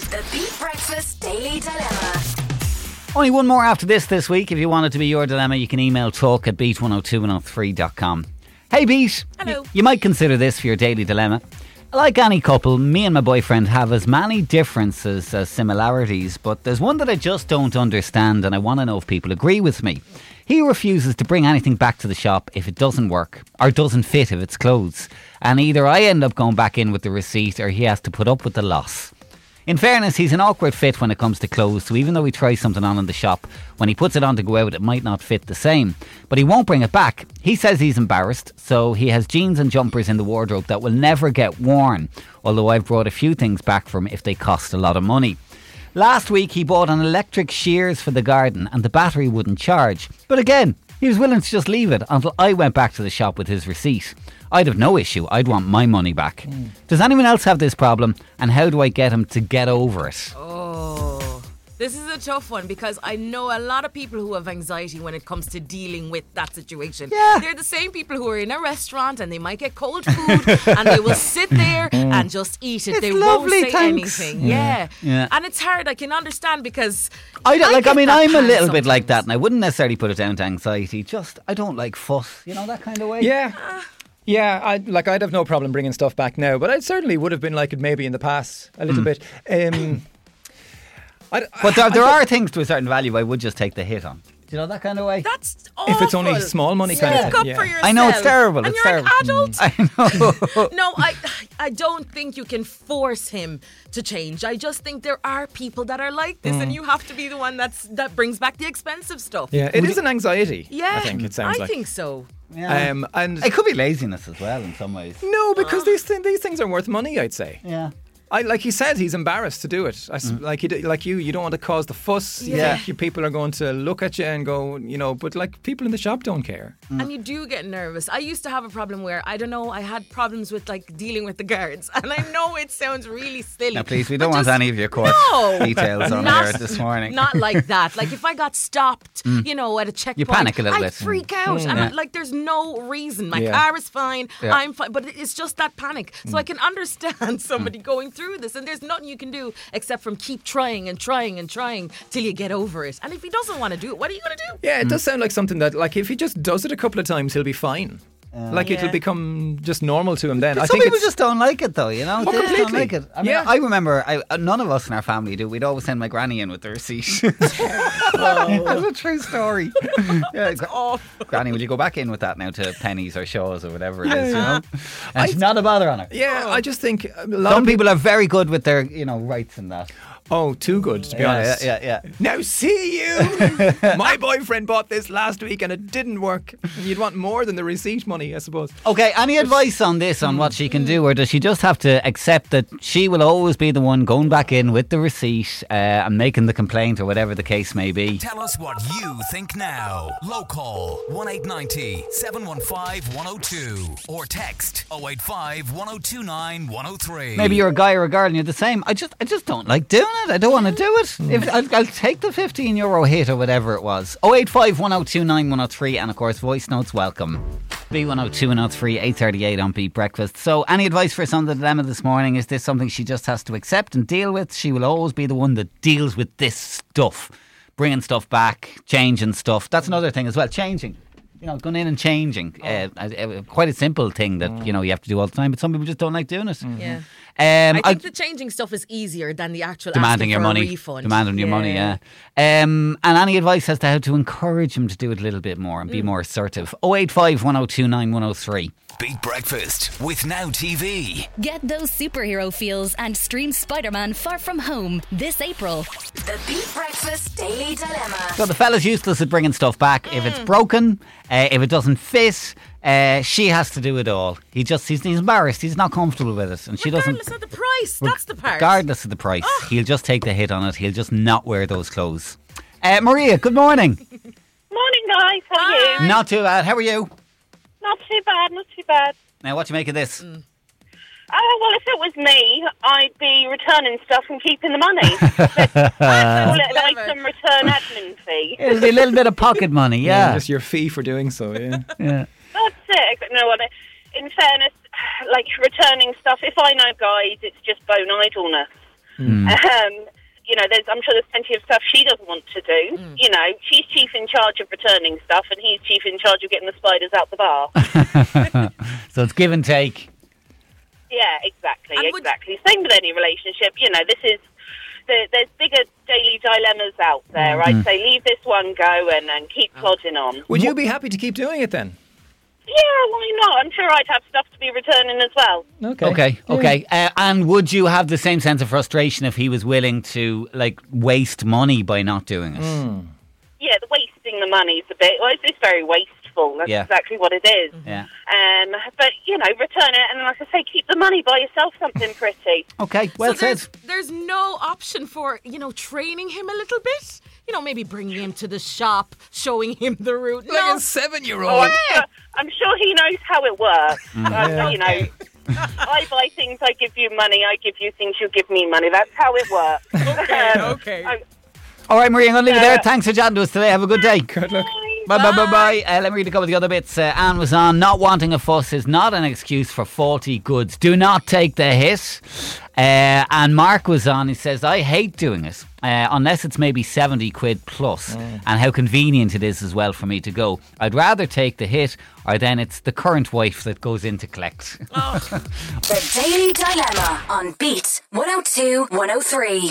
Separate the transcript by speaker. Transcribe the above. Speaker 1: The Beat Breakfast Daily Dilemma.
Speaker 2: Only one more after this this week. If you want it to be your dilemma, you can email talk at beat102103.com. Hey, Beat. Hello. You, you might consider this for your daily dilemma. Like any couple, me and my boyfriend have as many differences as similarities, but there's one that I just don't understand, and I want to know if people agree with me. He refuses to bring anything back to the shop if it doesn't work or doesn't fit if it's clothes, and either I end up going back in with the receipt or he has to put up with the loss. In fairness, he's an awkward fit when it comes to clothes, so even though he tries something on in the shop, when he puts it on to go out, it might not fit the same. But he won't bring it back. He says he's embarrassed, so he has jeans and jumpers in the wardrobe that will never get worn, although I've brought a few things back from if they cost a lot of money. Last week, he bought an electric shears for the garden, and the battery wouldn't charge. But again, he was willing to just leave it until I went back to the shop with his receipt. I'd have no issue. I'd want my money back. Does anyone else have this problem? And how do I get him to get over it?
Speaker 3: Oh, this is a tough one because I know a lot of people who have anxiety when it comes to dealing with that situation.
Speaker 2: Yeah.
Speaker 3: They're the same people who are in a restaurant and they might get cold food and they will sit there and just eat it.
Speaker 2: Mm-hmm. It's
Speaker 3: they
Speaker 2: lovely,
Speaker 3: won't say
Speaker 2: thanks.
Speaker 3: anything. Yeah.
Speaker 2: Yeah.
Speaker 3: And it's hard. I can understand because
Speaker 2: I don't like. I
Speaker 3: get
Speaker 2: mean,
Speaker 3: that
Speaker 2: I'm a
Speaker 3: pang
Speaker 2: little bit like that,
Speaker 3: sometimes.
Speaker 2: and I wouldn't necessarily put it down to anxiety. Just I don't like fuss. You know that kind of way.
Speaker 4: Yeah. Yeah, I like I'd have no problem bringing stuff back now, but I certainly would have been like it maybe in the past a
Speaker 2: Hmm.
Speaker 4: little bit. Um, I,
Speaker 2: But there, there are things to a certain value I would just take the hit on. Do you know that kind of way?
Speaker 3: That's awful.
Speaker 4: if it's only small money kind
Speaker 3: Look
Speaker 4: of
Speaker 3: up
Speaker 4: thing.
Speaker 3: for
Speaker 4: yeah.
Speaker 3: yourself.
Speaker 2: I know it's terrible.
Speaker 3: And
Speaker 2: it's
Speaker 3: you're
Speaker 2: terrible. Mm.
Speaker 3: an adult.
Speaker 2: I know.
Speaker 3: no, I I don't think you can force him to change. I just think there are people that are like this,
Speaker 2: Mm.
Speaker 3: and you have to be the one that's that brings back the expensive stuff.
Speaker 4: Yeah, it is an anxiety.
Speaker 3: yeah.
Speaker 4: I think it sounds
Speaker 3: I
Speaker 4: like.
Speaker 3: think so.
Speaker 2: Yeah.
Speaker 4: Um, and
Speaker 2: it could be laziness as well in some ways.
Speaker 3: uh,
Speaker 4: no, because these th- these things are worth money. I'd say.
Speaker 2: Yeah. Mm.
Speaker 4: I like he said he's embarrassed to do it. I s Like he, d- like you, you don't want to cause the fuss. You
Speaker 2: Yeah.
Speaker 4: think you, people are going to look at you and go, you know. But like people in the shop don't care.
Speaker 2: Mm.
Speaker 3: And you do get nervous. I used to have a problem where I don't know. I had problems with like dealing with the guards, and I know it sounds really silly.
Speaker 2: Now, please, we
Speaker 3: but
Speaker 2: don't want
Speaker 3: just-
Speaker 2: any of your court
Speaker 3: No.
Speaker 2: details on
Speaker 3: Not-
Speaker 2: here this morning. Mm.
Speaker 3: Not like that. Like if I got stopped, you know, at a checkpoint,
Speaker 2: panic a little
Speaker 3: I'd
Speaker 2: bit. Mm.
Speaker 3: freak out. And I-
Speaker 2: Yeah.
Speaker 3: like there's no reason. My
Speaker 4: Yeah.
Speaker 3: car is fine.
Speaker 2: Yeah. Mm.
Speaker 3: I'm fine. But it's just that panic. So I can understand somebody going through this, and there's nothing you can do except from keep trying and trying and trying till you get over it. And if he doesn't want to do it, what are you going to do?
Speaker 4: Yeah,
Speaker 2: Hmm.
Speaker 4: it does sound like something that, like, if he just does it a couple of times, he'll be fine. like, it'll
Speaker 3: Yeah.
Speaker 4: become just normal to him then. I
Speaker 2: Uh, Some
Speaker 4: think
Speaker 2: people
Speaker 4: it's
Speaker 2: just don't like it, though. You know, they just don't
Speaker 4: completely.
Speaker 2: like it. I mean,
Speaker 4: Yeah.
Speaker 2: I remember I, uh, none of us in our family do. We'd always send my granny in with the receipt. That's a true story. yeah, it's
Speaker 3: awful.
Speaker 2: Granny, will you go back in with that now to pennies or shaws or whatever it is? You
Speaker 4: Yeah.
Speaker 2: know, and it's not a bother on her.
Speaker 4: Yeah, I just think
Speaker 2: oh.
Speaker 4: a lot
Speaker 2: Some
Speaker 4: of people.
Speaker 2: people are very good with their, you know, rights and that.
Speaker 4: Oh, too good to be
Speaker 2: Yeah,
Speaker 4: honest.
Speaker 2: yeah, yeah, yeah.
Speaker 4: Now see you. My boyfriend bought this last week and it didn't work. You'd want more than the receipt money, I suppose.
Speaker 2: Okay, any advice on this, on what she can do, or does she just have to accept that she will always be the one going back in with the receipt uh, and making the complaint or whatever the case may be?
Speaker 5: Tell us what you think now. Local 1890 715 102 or text 085 1029 103.
Speaker 2: Maybe you're a guy or a girl and you're the same. I just, I just don't like doing it. I don't want to do it. If I'll, I'll take the 15 euro hit or whatever it was. 085 1029 103 and of course voice notes welcome. B102 103 838 on Beat Breakfast. So, any advice for us on the dilemma this morning? Is this something she just has to accept and deal with? She will always be the one that deals with this stuff, bringing stuff back, changing stuff. That's another thing as well. Changing, you know, going in and changing. Uh, uh, uh, quite a simple thing that you know you have to do all the time, but some people just don't like doing it.
Speaker 3: Yeah.
Speaker 2: Um,
Speaker 3: I
Speaker 2: I-
Speaker 3: think the changing stuff is easier than the actual asking
Speaker 2: demanding your
Speaker 3: for a
Speaker 2: money,
Speaker 3: refund.
Speaker 2: demanding your money. Yeah. Um, and any advice as to how to encourage him to do it a little bit more and
Speaker 3: Mm.
Speaker 2: be more assertive? 085 1029 103.
Speaker 5: Beat Breakfast with Now TV.
Speaker 6: Get those superhero feels and stream Spider Man Far From Home this April.
Speaker 1: The Beat Breakfast Daily Dilemma.
Speaker 2: So the fella's useless at bringing stuff back. If
Speaker 3: Mm.
Speaker 2: it's broken, uh, if it doesn't fit, uh, she has to do it all. He just he's, he's embarrassed. He's not comfortable with it, and she doesn't.
Speaker 3: Regardless of the price, that's the part.
Speaker 2: Regardless of the price, he'll just take the hit on it. He'll just not wear those clothes. Uh, Maria, good morning.
Speaker 7: Morning, guys. How are you?
Speaker 2: not too bad. How are you?
Speaker 7: Not too bad, not too bad.
Speaker 2: Now, what do you make of this?
Speaker 3: Mm.
Speaker 7: Oh, well, if it was me, I'd be returning stuff and keeping the money. Let's call it an
Speaker 3: Clever.
Speaker 7: item return admin fee.
Speaker 2: It'll be a little bit of pocket money, yeah.
Speaker 4: Just your fee for doing so, yeah.
Speaker 2: yeah.
Speaker 7: That's it. except No, what? In fairness, like returning stuff, if I know guys, it's just bone idleness. Um, you know, there's, I'm sure there's plenty of stuff she doesn't want to do. You know, she's chief in charge of returning stuff, and he's chief in charge of getting the spiders out the bar.
Speaker 2: So it's give and take.
Speaker 7: Yeah, exactly,
Speaker 3: And would-
Speaker 7: exactly. Same with any relationship. You know, this is there, there's bigger daily dilemmas out there. I'd say leave this one go and, and keep plodding on.
Speaker 4: Would you be happy to keep doing it then?
Speaker 7: Yeah, why not? I'm sure I'd have stuff to be returning as well.
Speaker 4: Okay.
Speaker 2: Okay,
Speaker 4: Yeah.
Speaker 2: okay. Uh, and would you have the same sense of frustration if he was willing to like waste money by not doing it?
Speaker 4: Hmm.
Speaker 7: Yeah, the wasting the money's a bit. Well, it's, it's very wasteful. That's
Speaker 2: Yeah. Mm-hmm.
Speaker 7: exactly what it is.
Speaker 2: Yeah.
Speaker 7: Um, but you know, return it, and like I say, keep the money. Buy yourself something pretty.
Speaker 2: Okay. Well
Speaker 3: so
Speaker 2: said.
Speaker 3: there's, there's no option for, you know, training him a little bit. You know, maybe bringing him to the shop, showing him the route. no.
Speaker 4: seven year
Speaker 7: Oh,
Speaker 4: old.
Speaker 7: I'm, sure, I'm sure he knows how it works. Um, you know, I buy things, I give you money, I give you things, you give me money. That's how it works. Um, okay,
Speaker 3: okay.
Speaker 2: All right, Marie, I'm going to leave it there. Thanks for chatting to us today. Have a good day. Uh, Good
Speaker 4: luck.
Speaker 2: Bye bye bye bye. Uh, let me read a couple of the other bits. Uh, Anne was on. Not wanting a fuss is not an excuse for faulty goods. Do not take the hit. Uh, and Mark was on. He says, "I hate doing it uh, unless it's maybe seventy quid plus, and how convenient it is as well for me to go. I'd rather take the hit, or then it's the current wife that goes in to collect."
Speaker 1: oh The Daily Dilemma on Beat 102 103.